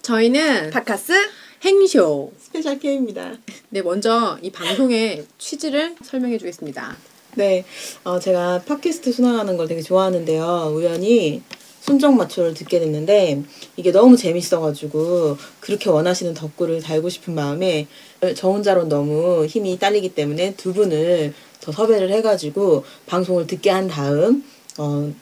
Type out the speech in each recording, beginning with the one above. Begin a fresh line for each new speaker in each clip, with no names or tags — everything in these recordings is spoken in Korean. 저희는
바카스
행쇼.
스페셜 K입니다.
네, 먼저 이 방송의 취지를 설명해 주겠습니다.
네, 어, 제가 팟캐스트 순항하는 걸 되게 좋아하는데요. 우연히 순정 마초를 듣게 됐는데 이게 너무 재밌어가지고 그렇게 원하시는 덕구를 달고 싶은 마음에 저 혼자론 너무 힘이 딸리기 때문에 두 분을 더 섭외를 해가지고 방송을 듣게 한 다음 어,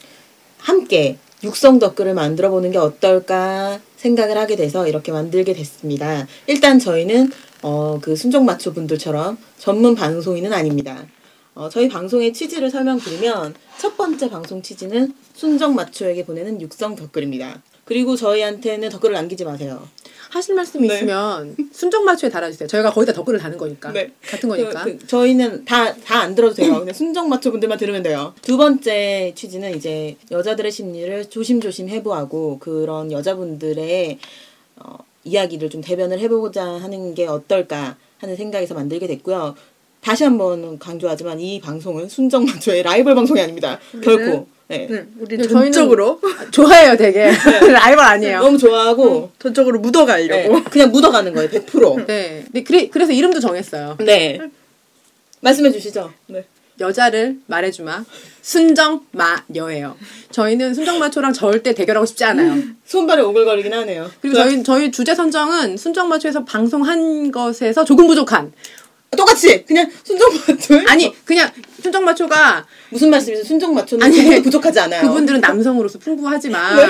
함께 육성 덕글을 만들어 보는 게 어떨까 생각을 하게 돼서 이렇게 만들게 됐습니다. 일단 저희는 어, 그 순정마초 분들처럼 전문 방송인은 아닙니다. 어, 저희 방송의 취지를 설명드리면 첫 번째 방송 취지는 순정마초에게 보내는 육성 덕글입니다. 그리고 저희한테는 덕글을 남기지 마세요.
하실 말씀 이
네.
있으면 순정마초에 달아주세요. 저희가 거기다 덧글을 다는 거니까.
네.
같은 거니까.
그- 그 저희는 다 다 안 들어도 돼요. 그냥 순정 마초 분들만 들으면 돼요. 두 번째 취지는 이제 여자들의 심리를 조심조심 해부하고 그런 여자분들의 어, 이야기를 좀 대변을 해보고자 하는 게 어떨까 하는 생각에서 만들게 됐고요. 다시 한번 강조하지만 이 방송은 순정 마초의 라이벌 방송이 아닙니다.
음.
결코. 네.
네, 우리
근데 저희는-
전적으로
아, 좋아해요, 되게. 라이벌 아니에요.
너무
음.
좋아하고
전적으로 묻어가려고.
네, 그냥 묻어가는 거예요. 100%.
네. 네 그래, 그래서 이름도 정했어요.
네. 말씀해 주시죠. 네.
여자를 말해주마. 순정마녀예요. 저희는 순정마초랑 절대 대결하고 싶지 않아요.
손발이 오글거리긴 하네요.
그리고 저희, 저희 주제 선정은 순정마초에서 방송한 것에서 조금 부족한.
똑같이 그냥 순정 맞춰.
아니, 그냥 순정마초가
무슨 말씀이세요? 순정 맞춰는
아니,
아니, 부족하지 않아요.
그분들은 남성으로서 풍부하지만
네.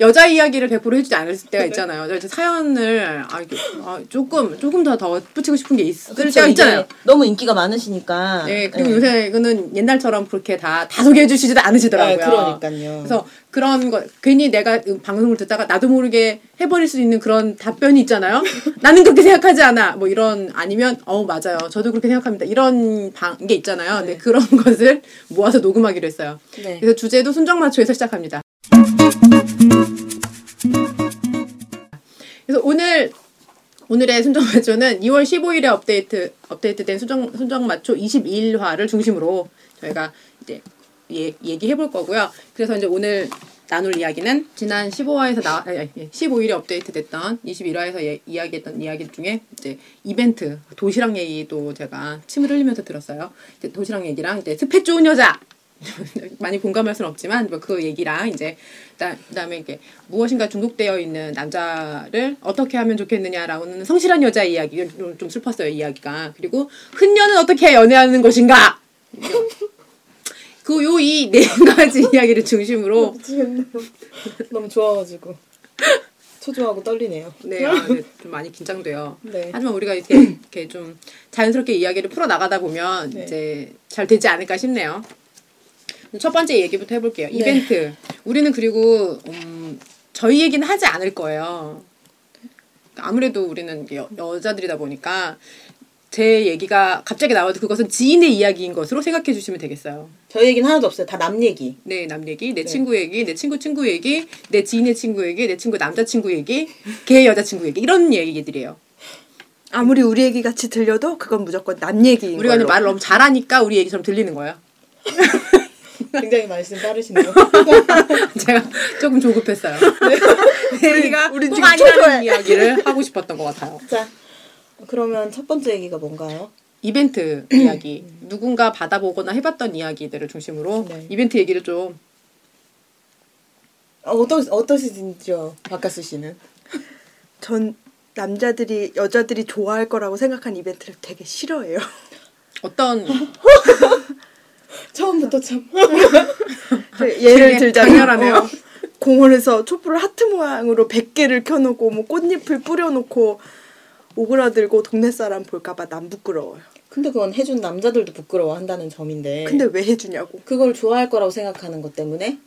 여자 이야기를 100% 해주지 않을 때가 있잖아요. 그래서 사연을 아, 이게, 아, 조금 조금 더 덧붙이고 싶은 게 있을 때가 있잖아요.
너무 인기가 많으시니까.
네, 그리고 요새 이거는 옛날처럼 그렇게 다, 다 소개해주시지도 않으시더라고요.
네, 그러니까요.
그래서 그런 거 괜히 내가 방송을 듣다가 나도 모르게 해버릴 수 있는 그런 답변이 있잖아요. 나는 그렇게 생각하지 않아. 뭐 이런 아니면 어 맞아요. 저도 그렇게 생각합니다. 이런 방 게 있잖아요. 근데 그런 것을 모아서 녹음하기로 했어요.
네.
그래서 주제도 순정마초에서 시작합니다. 그래서 오늘 오늘의 순정마초는 2월 15일에 업데이트 업데이트된 순정 순정마초 22일화를 중심으로 저희가 이제 예, 얘기해 볼 거고요. 그래서 이제 오늘 나눌 이야기는 지난 15화에서 나 아니, 아니, 15일에 업데이트됐던 21화에서 예, 이야기했던 이야기 중에 이제 이벤트 도시락 얘기도 제가 침을 흘리면서 들었어요. 이제 도시락 얘기랑 이제 스펙 좋은 여자 많이 공감할 수는 없지만 뭐그 얘기랑 이제 그다- 그다음에 이게 무엇인가 중독되어 있는 남자를 어떻게 하면 좋겠느냐라는 성실한 여자 이야기 좀 슬펐어요 이야기가 그리고 흔녀는 어떻게 연애하는 것인가 그 요 이 네 가지 이야기를 중심으로
미치겠네요. 너무 좋아가지고 초조하고 떨리네요.
네, 아, 네, 좀 많이 긴장돼요.
네.
하지만 우리가 이렇게, 이렇게 좀 자연스럽게 이야기를 풀어 나가다 보면
네.
이제 잘 되지 않을까 싶네요. 첫 번째 얘기부터 해볼게요.
네.
이벤트. 우리는 그리고 음, 저희 얘기는 하지 않을 거예요. 아무래도 우리는 여, 여자들이다 보니까 제 얘기가 갑자기 나와도 그것은 지인의 이야기인 것으로 생각해 주시면 되겠어요.
저희 얘기는 하나도 없어요. 다 남 얘기.
내 남 얘기,
네.
내 친구 얘기, 내 친구 친구 얘기, 내 지인의 친구 얘기, 내 친구 남자친구 얘기, 걔 여자친구 얘기 이런 얘기들이에요.
아무리 우리 얘기 같이 들려도 그건 무조건 남 얘기인
우리가 이제
걸로.
말을 너무 잘하니까 우리 얘기처럼 들리는 거예요.
굉장히 말씀 빠르시네요.
제가 조금 조급했어요. 네. 내 얘기가
우리
꼭
지금
아니라는
초조해.
이야기를 하고 싶었던 것 같아요.
자, 그러면 첫 번째 얘기가 뭔가요?
이벤트 이야기, 누군가 받아보거나 해봤던 이야기들을 중심으로
네.
이벤트 얘기를 좀
어, 어떠 어떠시죠, 박카스 씨는?
전 남자들이 여자들이 좋아할 거라고 생각한 이벤트를 되게 싫어해요.
어떤
처음부터 참.
예를 들자면
강렬하네요.
어, 공원에서 촛불을 하트 모양으로 100개를 켜놓고 뭐 꽃잎을 뿌려놓고 오그라들고 동네 사람 볼까봐 난 부끄러워요.
근데 그건 해준 남자들도 부끄러워한다는
예.
점인데.
근데 왜 해주냐고.
그걸 좋아할 거라고 생각하는 것 때문에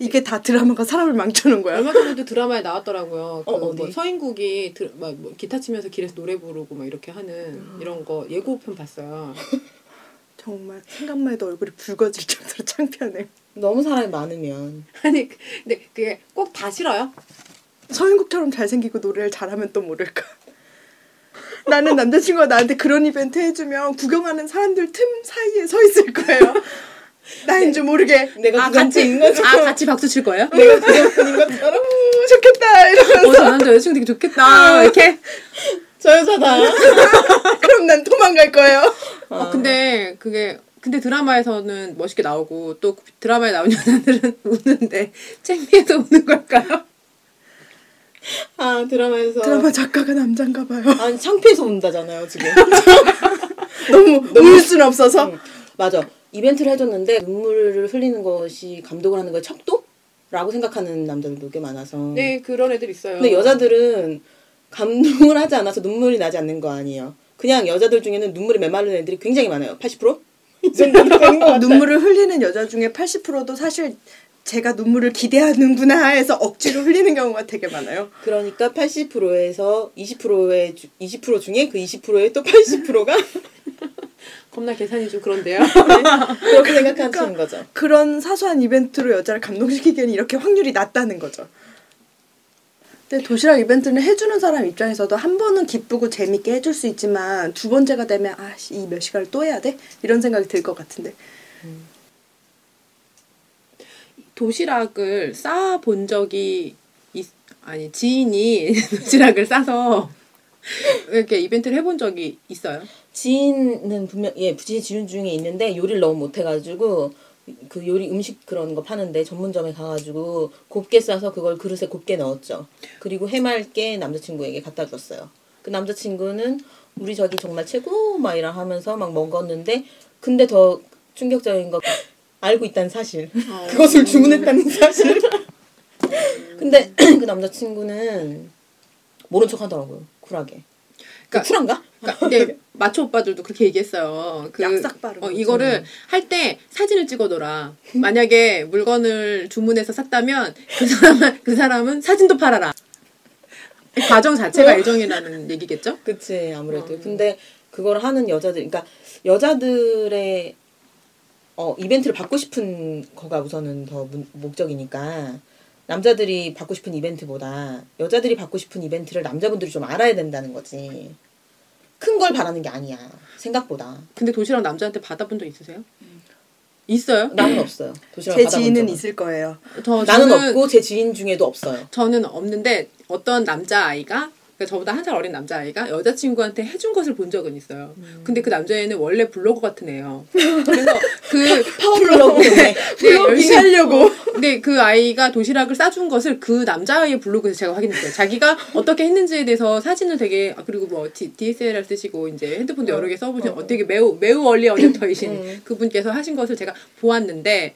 이게 다 드라마가 사람을 망치는 거야.
얼마 전에도 드라마에 나왔더라고요. 그
어, 어디?
뭐
네.
서인국이 드, 막, 뭐 기타 치면서 길에서 노래 부르고 막 이렇게 하는 이런 거 예고편 봤어요.
정말 생각만 해도 얼굴이 붉어질 정도로 창피하네요.
너무 사람이 많으면
아니 근데 그게 꼭 다
아,
싫어요?
서인국처럼 잘생기고 노래를 잘하면 또 모를까. 나는 남자친구가 나한테 그런 이벤트 해주면 구경하는 사람들 틈 사이에 서 있을 거예요. 나인 줄 모르게
내가
아
두 번째
같이
있는 것처럼
아 같이 박수 칠 거예요?
네.
내가 두 번째 있는 것처럼
음, 좋겠다 이러면서
어, 저 남자 여자친구 되게
아.
좋겠다. 이렇게.
저 여자다.
그럼 난 도망갈 거예요.
어, 근데 그게 근데 드라마에서는 멋있게 나오고 또 드라마에 나온 여자들은 우는데 창피해서 우는 걸까요?
아 드라마에서
드라마 작가가 남잔가 봐요.
아니 창피해서 운다잖아요 지금.
너무 울 순 없어서
응. 맞아. 이벤트를 해줬는데 눈물을 흘리는 것이 감독을 하는 거에 척도라고 생각하는 남자들도 꽤 많아서.
네 그런 애들 있어요.
근데 여자들은 감동을 하지 않아서 눈물이 나지 않는 거 아니에요. 그냥 여자들 중에는 눈물이 메마른 애들이 굉장히 많아요. 80%? 이 정도 되는 것 같아요.
눈물을 흘리는 여자 중에 80%도 사실 제가 눈물을 기대하는구나 해서 억지로 흘리는 경우가 되게 많아요.
그러니까 80%에서 20%의 20% 중에 그 20%의 또 80%가
겁나 계산이 좀 그런데요.
그렇게 생각하시는 거죠.
그런 사소한 이벤트로 여자를 감동시키기에는 이렇게 확률이 낮다는 거죠. 근데 도시락 이벤트는 해주는 사람 입장에서도 한 번은 기쁘고 재밌게 해줄 수 있지만 두 번째가 되면 아씨 이 몇 시간을 또 해야 돼? 이런 생각이 들 것 같은데
네. 도시락을 싸 본 적이 있, 아니 지인이 도시락을 싸서 이렇게 이벤트를 해본 적이 있어요.
지인은 분명 예 부지 지인 중에 있는데 요리를 너무 못해가지고 그 요리 음식 그런 거 파는데 전문점에 가가지고 곱게 싸서 그걸 그릇에 곱게 넣었죠. 그리고 해맑게 남자친구에게 갖다 줬어요. 그 남자친구는 우리 저기 정말 최고 막 이라 하면서 막 먹었는데 근데 더 충격적인 거 알고 있다는 사실. 그것을 주문했다는 사실. 근데 그 남자친구는 모른 척 하더라고요. 쿨하게. 그
그러니까-
쿨한가?
그러니까 근데 마초 오빠들도 그렇게 얘기했어요. 그,
약삭 빠른
어,
거지. 음.
이거를 할 때 사진을 찍어둬라. 만약에 물건을 주문해서 샀다면 그 사람은 그 사람은 사진도 팔아라. 과정 자체가 애정이라는 얘기겠죠?
그치
음.
아무래도 근데 그걸 하는 여자들 그러니까 여자들의 어 이벤트를 받고 싶은 거가 우선은 더 문- 목적이니까 남자들이 받고 싶은 이벤트보다 여자들이 받고 싶은 이벤트를 남자분들이 좀 알아야 된다는 거지 큰 걸 바라는 게 아니야 생각보다
근데 도시락 남자한테 받아본 적 있으세요?
음.
있어요?
나는 없어요 도시락
제
받아본
지인은
적은.
있을 어, 거예요.
저
나는
저는-
없고 제 지인 중에도 없어요
네. 저는 없는데 어떤 남자아이가 그러니까 저보다 한 살 어린 남자아이가 여자친구한테 해준 것을 본 적은 있어요.
음.
근데 그 남자애는 원래 블로거 같은 애예요. 그래서 그
파워블로그
네,
블로깅
열심히-
하려고
근데 그 아이가 도시락을 싸준 것을 그 남자아이의 블로그에서 제가 확인했어요. 자기가 어떻게 했는지에 대해서 사진을 되게 아, 그리고 뭐 D, DSLR 쓰시고 이제 핸드폰도 여러 개 써보신 어, 네. 되게 매우 매우 얼리 어댑터이신 그분께서 하신 것을 제가 보았는데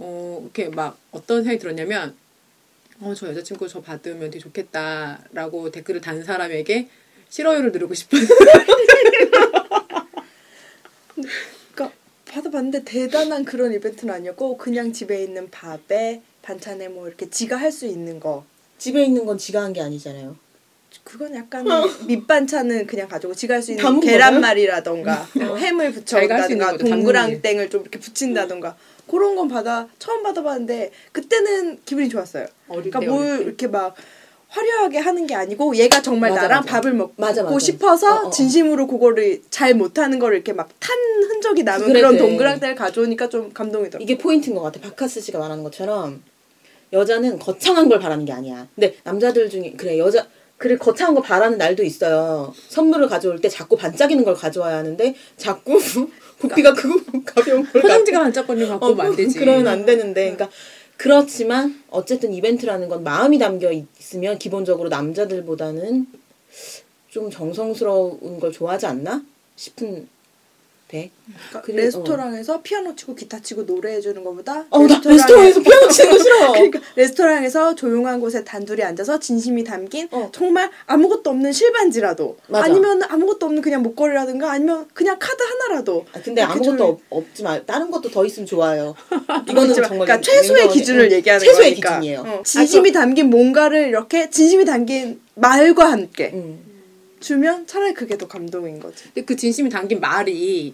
어 이렇게 막 어떤 생각이 들었냐면 어 저 여자친구 저 받으면 되게 좋겠다라고 댓글을 단 사람에게 싫어요를 누르고 싶은
그러니까 받아봤는데 대단한 그런 이벤트는 아니었고 그냥 집에 있는 밥에 반찬에 뭐 이렇게 지가 할 수 있는 거
집에 있는 건 지가 한 게 아니잖아요
그건 약간 밑반찬은 그냥 가지고 지가 할 수 있는
어. 담은 음.
계란말이라던가 뭐 햄을
자기가 할수
붙여온다든가
있는 거죠, 담그는 게.
동그랑땡을 좀 이렇게 붙인다던가 그런 건 받아 처음 받아봤는데 그때는 기분이 좋았어요.
어릴
그러니까
때, 어릴
뭘
때.
이렇게 막 화려하게 하는 게 아니고 얘가 정말
맞아,
나랑
맞아.
밥을 먹고
맞아, 맞아.
싶어서
어, 어, 어.
진심으로 그거를 잘 못하는 거를 이렇게 막 탄 흔적이 남은 그
그래,
런
그래.
동그랑땡을 가져오니까 좀 감동이더라고요.
이게 포인트인 것 같아. 바카스 씨가 말하는 것처럼 여자는 거창한 걸 바라는 게 아니야. 근데 남자들 중에 그래 여자 그래 거창한 거 바라는 날도 있어요. 선물을 가져올 때 자꾸 반짝이는 걸 가져와야 하는데 자꾸
그러니까.
부피가 크고 가벼운 걸 가져-
화장지가 반짝거리면 갖고 오면 안 되지.
그러면 안 되는데, 그러니까 그렇지만 어쨌든 이벤트라는 건 마음이 담겨 있으면 기본적으로 남자들보다는 좀 정성스러운 걸 좋아하지 않나 싶은 데.
그러니까
그래, 어.
레스토랑에서 피아노 치고 기타 치고 노래해 주는 것보다
어나 레스토랑에서 피아노 치는 거 싫어.
그러니까 레스토랑에서 조용한 곳에 단둘이 앉아서 진심이 담긴
어.
정말 아무것도 없는 실반지라도
맞아.
니면 아무것도 없는 그냥 목걸이라든가 아니면 그냥 카드 하나라도
아, 근데
이렇게
아무것도
좀-
없, 없지만 다른 것도 더 있으면 좋아요. 이거는
있지만,
정말
그러니까 최소의
냉정하게-
기준을
응,
얘기하는
최소의
거니까
기준이에요.
응. 진심이 담긴 뭔가를 이렇게 진심이 담긴 말과 함께
응.
주면 차라리 그게 더 감동인 거지
근데 그 진심이 담긴 말이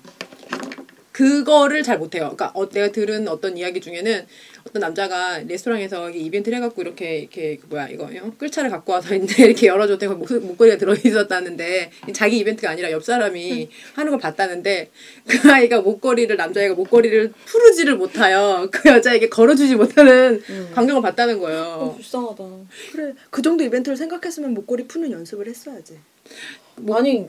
그거를 잘 못해요. 그러니까 어, 내가 들은 어떤 이야기 중에는 어떤 남자가 레스토랑에서 이게 이벤트를 해갖고 이렇게 이렇게 그 뭐야 이거 어? 끌차를 갖고 와서 있는데 이렇게 열어줬더니 거기 목- 목걸이가 들어있었다는데 자기 이벤트가 아니라 옆 사람이 하는 걸 봤다는데 그 아이가 목걸이를 남자애가 목걸이를 풀지를 못하여 그 여자에게 걸어주지 못하는
음.
광경을 봤다는
어.
거예요.
어, 불쌍하다.
그래 그 정도 이벤트를 생각했으면 목걸이 푸는 연습을 했어야지.
아니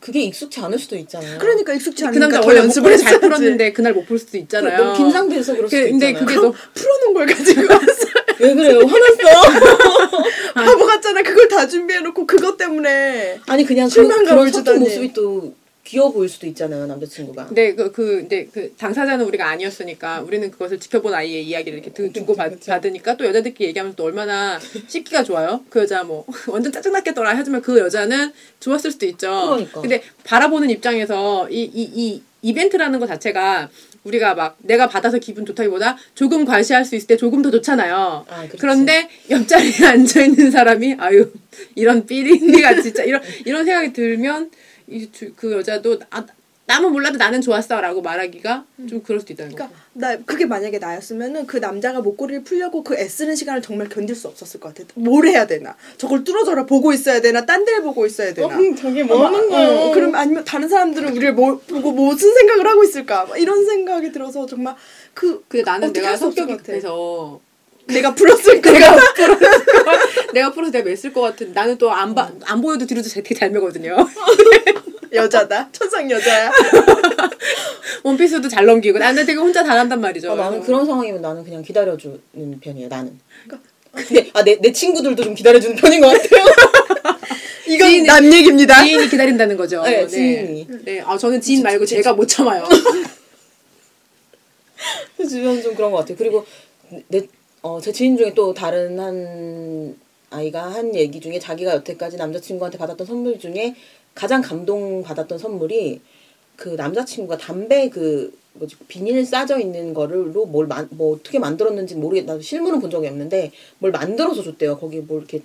그게 익숙치 않을 수도 있잖아요.
뭐 그러니까 익숙치
그
않으니까
남자
더
원래
연습을
목걸이 잘
했어야지.
풀었는데 그날 못 풀 수도 있잖아요.
너무 긴장돼서 그럴 수도
그- 근데
있잖아요.
그게 너무
풀어놓은 걸 가지고 왔어.
왜 그래요? 화났어?
바보 같잖아. 그걸 다 준비해놓고 그것 때문에
아니 그냥 그,
실망감을
그런 소통
주다니.
모습이 또 귀여워 보일 수도 있잖아요 남자친구가.
근데 그, 그, 근데 그 당사자는 우리가 아니었으니까 우리는 그것을 지켜본 아이의 이야기를 이렇게 드, 주고 받, 받으니까 또 여자들끼리 얘기하면 또 얼마나 씹기가 좋아요. 그 여자 뭐 완전 짜증났겠더라 하지만 그 여자는 좋았을 수도 있죠.
그러니까.
근데 바라보는 입장에서 이, 이, 이 이벤트라는 것 자체가 우리가 막 내가 받아서 기분 좋다기보다 조금 과시할 수 있을 때 조금 더 좋잖아요.
아, 그렇지.
그런데 네, 옆자리에 앉아 있는 사람이 아유 이런 삐린이가 진짜 이런 이런 생각이 들면 이 그 여자도 아, 남은 몰라도 나는 좋았어라고 말하기가 좀 그럴 수도 있다는 거죠.
음. 그러니까 나 그게 만약에 나였으면은 그 남자가 목걸이를 풀려고 그 애쓰는 시간을 정말 견딜 수 없었을 것 같아. 뭘 해야 되나? 저걸 뚫어져라 보고 있어야 되나? 딴 데를 보고 있어야 되나?
저게
뭐
어, 그럼 아니면 다른 사람들은 우리를 뭐, 보고 무슨 생각을 하고 있을까? 막 이런 생각이 들어서 정말 그
근데 나는
어떻게
내가
할수 없을
성격이
것 같아.
급해서
내가 풀었을 때가
내가 풀어서 내가 맸을 것 같은 나는 또 안
어.
봐 안 보여도 뒤로도 되게 잘 매거든요.
여자다. 천상 여자야.
원피스도 잘 넘기고 나는 되게 혼자 다 한단 말이죠.
어,
아, 나는 그런 상황이면 나는 그냥 기다려주는 편이에요 나는.
그러니까
근데 아 내 내 친구들도 좀 기다려주는 편인 것 같아요.
이건
지인이-
남 얘기입니다.
지인이 기다린다는 거죠.
네, 지인이.
네, 아 저는 지인 말고 제가 못 참아요.
그 주변 좀 그런 것 같아요. 그리고 내어제 지인 중에 또 다른 한 아이가 한 얘기 중에 자기가 여태까지 남자친구한테 받았던 선물 중에 가장 감동 받았던 선물이 그 남자친구가 담배 그 뭐지 비닐 싸져 있는 거를로 뭘 만 뭐 어떻게 만들었는지 모르겠 나도 실물은 본 적이 없는데 뭘 만들어서 줬대요. 거기 뭘 이렇게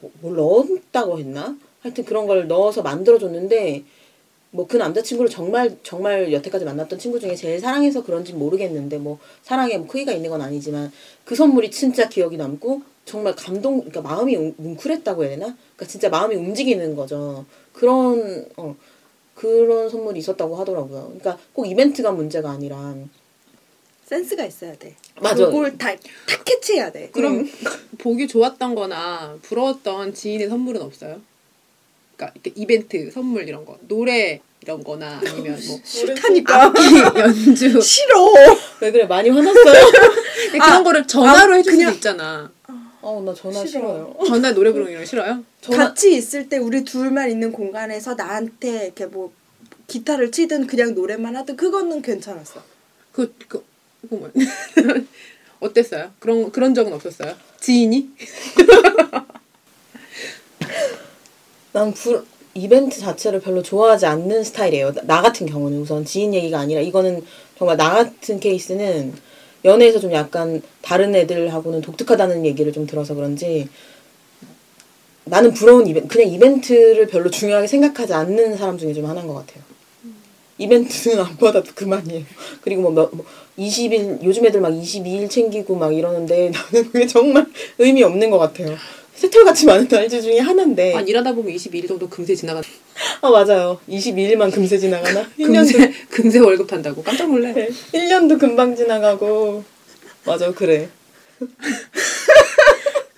뭐- 뭘 넣었다고 했나? 하여튼 그런 걸 넣어서 만들어줬는데 뭐 그 남자친구를 정말 정말 여태까지 만났던 친구 중에 제일 사랑해서 그런지 모르겠는데 뭐 사랑에 뭐 크기가 있는 건 아니지만 그 선물이 진짜 기억이 남고 정말 감동 그러니까 마음이 웅- 뭉클했다고 해야 되나? 그러니까 진짜 마음이 움직이는 거죠. 그런 어 그런 선물이 있었다고 하더라고요. 그러니까 꼭 이벤트가 문제가 아니라
센스가 있어야 돼.
맞아.
그걸 다, 다 캐치해야 돼. 음,
그럼 보기 좋았던거나 부러웠던 지인의 선물은 없어요? 그러니까 이렇게 이벤트 선물 이런 거 노래 이런거나 아니면 뭐
싫다니까.
악기
아,
연주
싫어.
왜 그래 많이 화났어요?
근데 그런 거를
아,
전화로 해줄
그냥-
수도 있잖아.
어나 전화
싫어.
싫어요.
전화 노래 부르는 이런 거 싫어요?
전화
같이 있을 때 우리 둘만 있는 공간에서 나한테 이렇게 뭐 기타를 치든 그냥 노래만 하든 그거는 괜찮았어.
그 그 그거 뭐 어땠어요? 그런 그런 적은 없었어요? 지인이?
난 부, 이벤트 자체를 별로 좋아하지 않는 스타일이에요. 나, 나 같은 경우는 우선 지인 얘기가 아니라 이거는 정말 나 같은 케이스는 연애에서 좀 약간 다른 애들하고는 독특하다는 얘기를 좀 들어서 그런지 나는 부러운 이벤트, 그냥 이벤트를 별로 중요하게 생각하지 않는 사람 중에 좀 하나인 것 같아요. 이벤트는 안 받아도 그만이에요. 그리고 뭐, 몇, 뭐 20일, 요즘 애들 막 22일 챙기고 막 이러는데 나는 그게 정말 의미 없는 것 같아요. 새털같이 많은 날지 중에 하나인데.
한 일하다 보면 22일 정도 금세 지나가.
아 맞아요. 22일만 금세 지나가나? 1년도 네.
금세 금세 월급 탄다고 깜짝 놀래.
1년도 금방 지나가고 맞아 그래.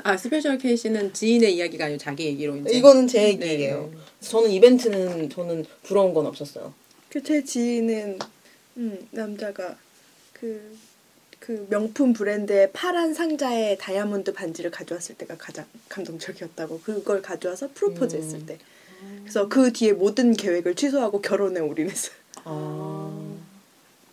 아 스페셜 케이스는 지인의 이야기가 아니고 자기 얘기로 이제 네,
이거는 제 네, 얘기예요. 저는 이벤트는 저는 부러운 건 없었어요.
그 제 지인은 음, 남자가 그, 그 명품 브랜드의 파란 상자에 다이아몬드 반지를 가져왔을 때가 가장 감동적이었다고 그걸 가져와서 프로포즈 했을 때 그래서 그 뒤에 모든 계획을 취소하고 결혼에 올인했어요.
아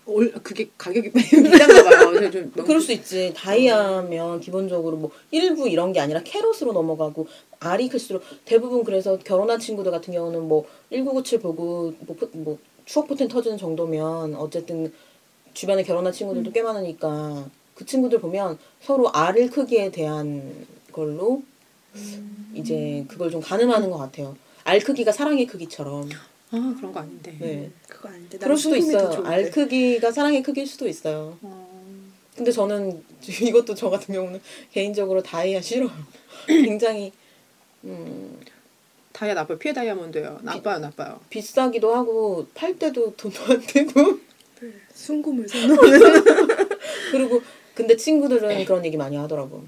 올 그게 가격이 비싼가 봐요. 그래서 좀 너무-
뭐 그럴 수 있지. 다이아면 기본적으로 뭐 일부 이런 게 아니라 캐럿으로 넘어가고 알이 클수록 대부분 그래서 결혼한 친구들 같은 경우는 뭐 1997 보고 뭐, 포- 뭐 추억 포텐 터지는 정도면 어쨌든 주변에 결혼한
음.
친구들도 꽤 많으니까 그 친구들 보면 서로 알을 크기에 대한
음.
걸로 이제 그걸 좀 가늠하는 것 같아요. 알 크기가 사랑의 크기처럼.
아 그런 거 아닌데.
네.
그거 아닌데. 음. 난
그럴 수도
소금이 더
있어요.
좋은데.
알 크기가 사랑의 크기일 수도 있어요.
어,
근데 저는 이것도 저 같은 경우는 개인적으로 다이아 싫어요. 굉장히 음,
다이아 나빠요. 피해 다이아몬드예요. 나빠요, 나빠요.
비싸기도 하고 팔 때도 돈도 안 되고
네. 순금을 선호하는.
그리고 근데 친구들은 그런 얘기 많이 하더라고.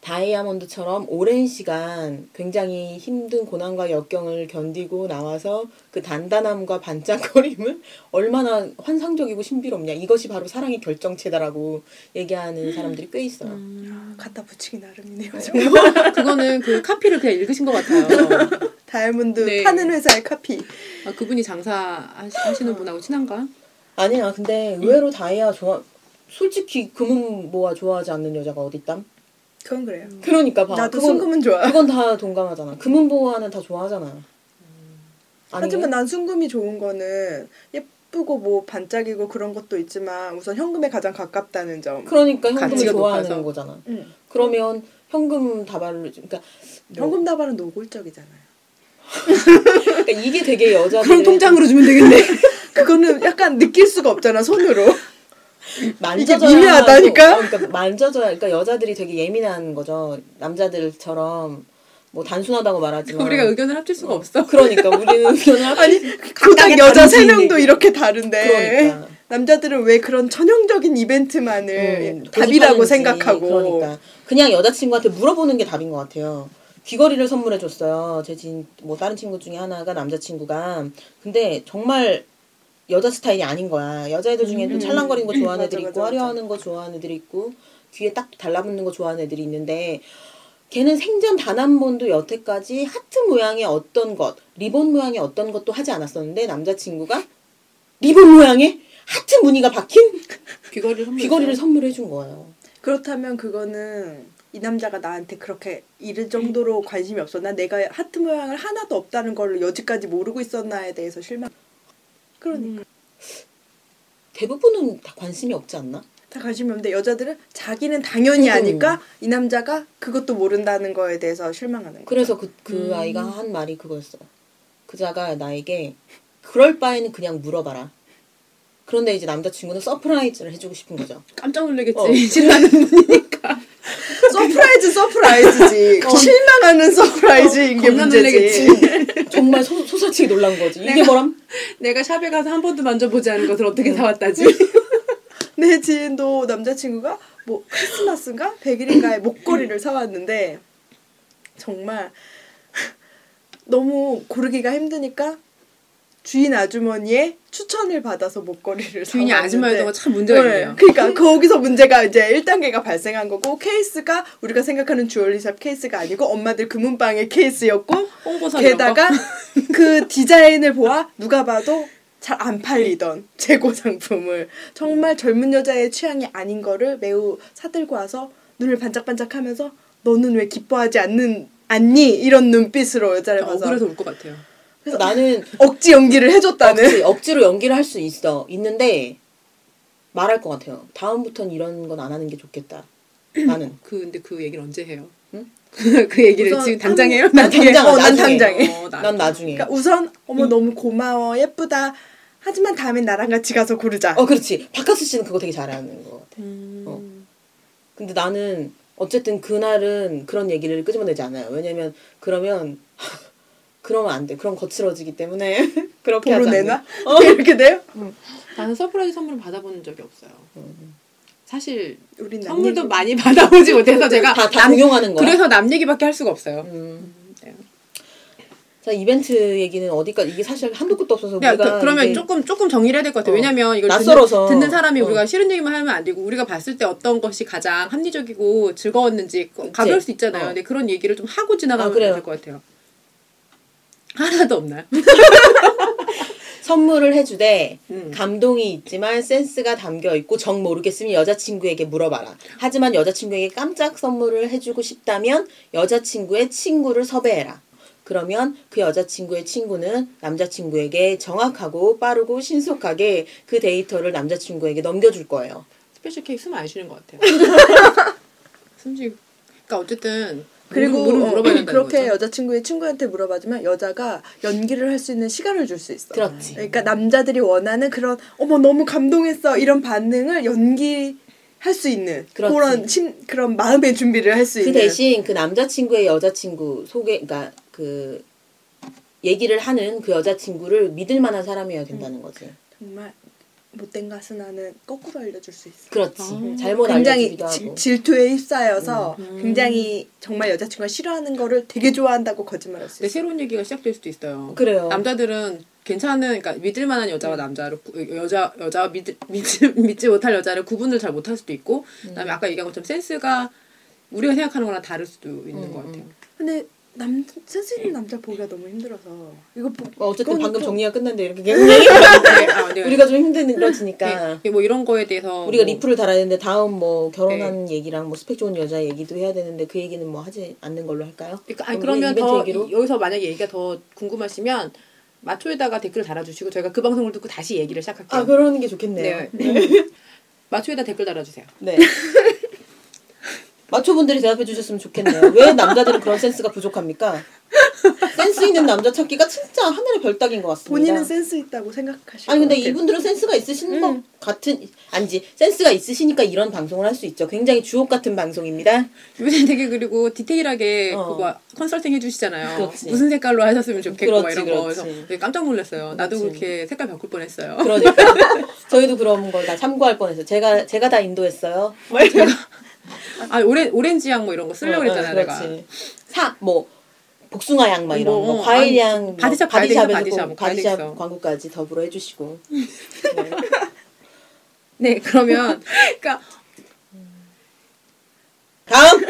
다이아몬드처럼 오랜 시간 굉장히 힘든 고난과 역경을 견디고 나와서 그 단단함과 반짝거림은 얼마나 환상적이고 신비롭냐. 이것이 바로 사랑의 결정체다라고 얘기하는 사람들이 꽤 있어요.
갖다 붙이기 나름이네요.
그거는 그 카피를 그냥 읽으신 것 같아요.
다이아몬드
네.
파는 회사의 카피.
아, 그분이 장사하시는
아.
분하고 친한가?
아니야, 근데 의외로 다이아 좋아. 솔직히 금은 모아 좋아하지 않는 여자가 어딨담?
그건 그래요.
음.
그러니까 봐.
음. 나도
그건,
순금은 좋아.
그건 다 동감하잖아. 금은 보아는 다 좋아하잖아요.
음. 하지만 난 순금이 좋은 거는 예쁘고 뭐 반짝이고 그런 것도 있지만 우선 현금에 가장 가깝다는 점.
그러니까 현금을
가치가
좋아하는
높아서.
거잖아.
음.
그러면 현금 다발로 그러니까,
현금 다발은 노골적이잖아요.
그러니까 이게 되게 여자들
그럼 통장으로 주면 되겠네.
그거는 약간 느낄 수가 없잖아 손으로.
만져져야
이게 미묘하다니까?
하고, 어, 그러니까 만져져야 그러니까 여자들이 되게 예민한 거죠. 남자들처럼 뭐 단순하다고 말하지만
우리가 의견을 합칠 수가 없어.
그러니까 우리는 의견을 합-
아니 고작
각각의
여자
다른
세 명도
지인에게.
이렇게 다른데
그러니까.
남자들은 왜 그런 전형적인 이벤트만을
음,
네, 예, 답이라고
고집하는지,
생각하고
그러니까 그냥 여자친구한테 물어보는 게 답인 것 같아요. 귀걸이를 선물해 줬어요. 제진뭐 다른 친구 중에 하나가 남자친구가 근데 정말 여자 스타일이 아닌 거야. 여자애들 중에는 좀 찰랑거리는 거 좋아하는
음, 맞아,
애들이 있고
맞아, 맞아.
화려하는 거 좋아하는 애들이 있고 귀에 딱 달라붙는 거 좋아하는 애들이 있는데 걔는 생전 단 한 번도 여태까지 하트 모양의 어떤 것, 리본 모양의 어떤 것도 하지 않았었는데 남자친구가 리본 모양의 하트 무늬가 박힌
귀걸이를 선물.
귀걸이를 선물해 준 거예요.
그렇다면 그거는 이 남자가 나한테 그렇게 이를 정도로 관심이 없었나 내가 하트 모양을 하나도 없다는 걸 여지까지 모르고 있었나에 대해서 실망. 그러니까
대부분은 다 관심이 없지 않나?
다 관심이 없는데 여자들은 자기는 당연히
음.
아니까 이 남자가 그것도 모른다는 거에 대해서 실망하는 거예요.
그래서 그, 그
음.
아이가 한 말이 그거였어. 그자가 나에게 그럴 바에는 그냥 물어봐라. 그런데 이제 남자친구는 서프라이즈를 해주고 싶은 거죠.
깜짝 놀라겠지.
어.
싫어하는 분이니까.
서프라이즈 서프라이즈지 실망하는 서프라이즈 이게
겁나
문제지.
놀라겠지.
정말 소, 소사치게 놀란 거지. 이게 뭐람?
내가 샵에 가서 한 번도 만져보지 않은 것을 어떻게 사왔다지.
내 지인도 남자친구가 뭐 크리스마스인가 백일인가에 목걸이를 사왔는데 정말 너무 고르기가 힘드니까 주인 아주머니의 추천을 받아서 목걸이를
주인이
사왔는데
아줌마였던 거 참 문제가 있네요.
그러니까 거기서 문제가 이제 1단계가 발생한 거고 케이스가 우리가 생각하는 주얼리샵 케이스가 아니고 엄마들 금은방의 케이스였고
홍보사 이런
게다가 그 디자인을 보아 누가 봐도 잘 안 팔리던 재고 상품을 정말 젊은 여자의 취향이 아닌 거를 매우 사들고 와서 눈을 반짝반짝하면서 너는 왜 기뻐하지 않는 않니 이런 눈빛으로 여자를
거.
봐서
억울해서 울 것 같아요.
나는
억지 연기를 해줬다는
억지, 억지로 연기를 할 수 있어. 있는데 말할 것 같아요. 다음부터는 이런 건 안 하는 게 좋겠다. 나는.
그 근데 그 얘기를 언제 해요?
응?
그 얘기를
우선
지금 당장 해요?
난 당장,
어, 난
나중에.
당장 해.
어, 나-
난 나중에.
그러니까 우선 어머
음.
너무 고마워 예쁘다 하지만 다음엔 나랑 같이 가서 고르자
어, 그렇지. 박카스 씨는 그거 되게 잘하는 것 같아.
음.
근데 나는 어쨌든 그날은 그런 얘기를 끄집어내지 않아요. 왜냐면 그러면 그러면 안 돼. 그럼 거칠어지기 때문에 그렇게
보러
하지 않아요.
내놔
어.
이렇게 돼요?
음. 나는 서프라이즈 선물을 받아본 적이 없어요.
음,
사실
우린 남
선물도
얘기-
많이 받아보지 못해서 제가
다, 다 공용하는 거야.
그래서 남 얘기밖에 할 수가 없어요.
음. 자 이벤트 얘기는 어디까지 이게 사실 한도 끝도 없어서
야,
우리가
그, 러면
이게
조금 조금 정리를 해야 될 것 같아요.
어.
왜냐면 이걸
낯설어서.
듣는, 듣는 사람이
어.
우리가 싫은 얘기만 하면 안 되고 우리가 봤을 때 어떤 것이 가장 합리적이고 즐거웠는지 거- 가벼울 수 있잖아요.
어.
근데 그런 얘기를 좀 하고
아,
지나가면
그래요.
될 것 같아요. 하나도 없나요?
선물을 해주되
음.
감동이 있지만 센스가 담겨 있고 정 모르겠으면 여자친구에게 물어봐라. 하지만 여자친구에게 깜짝 선물을 해주고 싶다면 여자친구의 친구를 섭외해라. 그러면 그 여자친구의 친구는 남자친구에게 정확하고 빠르고 신속하게 그 데이터를 남자친구에게 넘겨줄 거예요.
스페셜 케이크 숨 안 쉬는 것 같아요. 숨쉬. 그러니까 어쨌든
그리고
물을
어,
물어봐야 된다는
그렇게
거죠.
여자친구의 친구한테 물어봐주면 여자가 연기를 할 수 있는 시간을 줄 수 있어.
그렇지.
그러니까 남자들이 원하는 그런 어머 너무 감동했어 이런 반응을 연기 할 수 있는
그렇지.
런 심, 그런 마음의 준비를 할 수
그
있는
대신 그 남자친구의 여자친구 소개, 그러니까 그 얘기를 하는 그 여자친구를 믿을 만한 사람이어야 된다는 거지.
정말 못된 가수 나는 거꾸로 알려줄 수 있어.
그렇지.
아.
잘못
굉장히
알려주기도 하고. 음.
질- 질투에 휩싸여서 음. 굉장히 정말 여자친구가 싫어하는 거를 되게 좋아한다고 거짓말할 수
근데
있어.
네, 새로운 얘기가 시작될 수도 있어요.
그래요. 음.
남자들은 괜찮은 그러니까 믿을 만한 여자와 남자를 구- 여자 여자 믿 믿지, 믿지 못할 여자를 구분을 잘 못할 수도 있고 그다음에 아까 얘기한 것처럼 센스가 우리가 생각하는 거랑 다를 수도 있는
음,
것 같아요.
근데 남 센스 있는 남자 보기가 너무 힘들어서 이거 보,
어, 어쨌든
그건
방금
또-
정리가 끝났는데 이렇게 계속 얘기
네, 아, 네.
그러니까 우리가 좀 힘든 그렇지니까
네, 뭐 이런 거에 대해서
우리가
뭐-
리플을 달아야 되는데 다음 뭐 결혼한 얘기랑 뭐 스펙 좋은 여자 얘기도 해야 되는데 그 얘기는 뭐 하지 않는 걸로 할까요?
그러니까 아니,
우리
그러면
이벤트
더
얘기로?
이- 여기서 만약에 얘기가 더 궁금하시면 마초에다가 댓글 을 달아주시고 저희가 그 방송을 듣고 다시 얘기를 시작할게요.
아 그러는 게 좋겠네요.
마초에다 댓글 달아주세요.
네. 마초분들이 대답해 주셨으면 좋겠네요. 왜 남자들은 그런 센스가 부족합니까? 센스 있는 남자 찾기가 진짜 하늘의 별따기인 것 같습니다.
본인은 센스 있다고 생각하시고
아니 근데 이분들은 센스가 있으신
음.
것 같은 아니지 센스가 있으시니까 이런 방송을 할 수 있죠. 굉장히 주옥 같은 방송입니다.
요새 되게 그리고 디테일하게
어.
그거 컨설팅 해주시잖아요.
그렇지.
무슨 색깔로 하셨으면 좋겠고 막
그렇지,
이런 거.
그렇지.
그래서 되게 깜짝 놀랐어요. 나도
그렇지.
그렇게 색깔 바꿀 뻔했어요.
그러니까 저희도 그런 걸 다 참고할 뻔했어요. 제가 제가 다 인도했어요.
아 오렌 오렌지향 뭐 이런 거
어,
쓰려고 그랬잖아요. 내가.
사뭐 복숭아향 막 이런
뭐,
거
어,
과일향
아니,
뭐
바디샵 가야 되겠어,
바디샵에서
바디샵.
꼭뭐
가야
바디샵
되겠어.
광고까지 더불어 해주시고 네.
네 그러면 그러니까
다음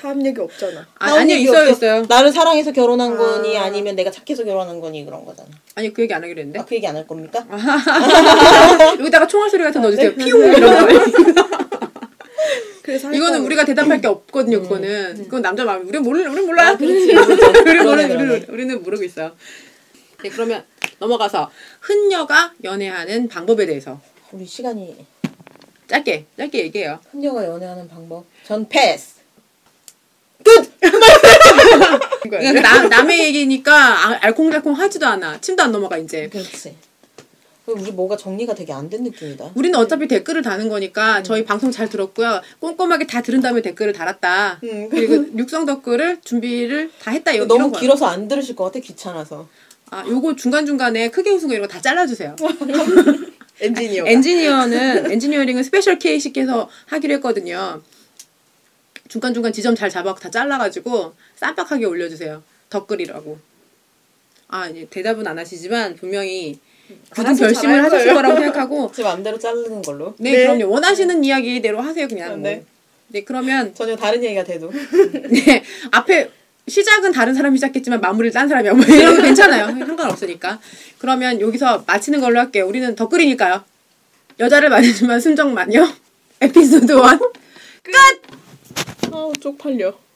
다음 얘기 없잖아.
아,
다음
아니요
얘기
있어요
없어.
있어요.
나를 사랑해서 결혼한
아.
거니 아니면 내가 착해서 결혼한 거니 그런 거잖아.
아니 그 얘기 안 하기로 했는데
아, 그 얘기 안 할 겁니까?
여기다가 총알 소리 같은 거 넣어주세요.
네.
피용 이런 거.
그래서 할
이거는
거는
우리가 대답할 게 없거든요. 그거는 그건 남자 마음. 우리 모르 우리 몰라.
네. 아,
우리
그렇지. 그러네,
모르
그러네.
우리 우리는 모르고 있어. 네 그러면 넘어가서 흔녀가 연애하는 방법에 대해서
우리 시간이
짧게 짧게 얘기해요.
혼녀가 연애하는 방법. 전 패스. 끝.
그러니까 남, 남의 얘기니까 아- 알콩달콩 하지도 않아. 침도 안 넘어가 이제.
그렇지. 우리 뭐가 정리가 되게 안 된 느낌이다.
우리는 어차피 댓글을 다는 거니까
음.
저희 방송 잘 들었고요. 꼼꼼하게 다 들은 다음에 댓글을 달았다.
음.
그리고 육성 덧글을 준비를 다 했다. 이런
너무
거예요.
길어서 안 들으실 것 같아 귀찮아서.
아, 요거 중간중간에 크게 웃은 거 이런 거 다 잘라주세요.
엔지니어.
엔지니어는 엔지니어링은 스페셜 케이시께서 하기로 했거든요. 중간 중간 지점 잘 잡아 다 잘라가지고 쌈박하게 올려주세요. 덧글이라고. 아 이제 대답은 안 하시지만 분명히 굳은
알아서
결심을
잘할
하실
거예요.
거라고 생각하고
제 마음대로 자르는 걸로.
네,
네.
그럼요 원하시는 이야기대로 하세요 그냥 뭐.
네.
네 그러면
전혀 다른 얘기가 돼도.
네 앞에 시작은 다른 사람이 시작했지만 마무리를 딴 사람이야 뭐 이런 거 괜찮아요 상관없으니까 그러면 여기서 마치는 걸로 할게요 우리는 덧글이니까요 여자를 만나지만 순정 마녀 에피소드 1
아우 쪽팔려.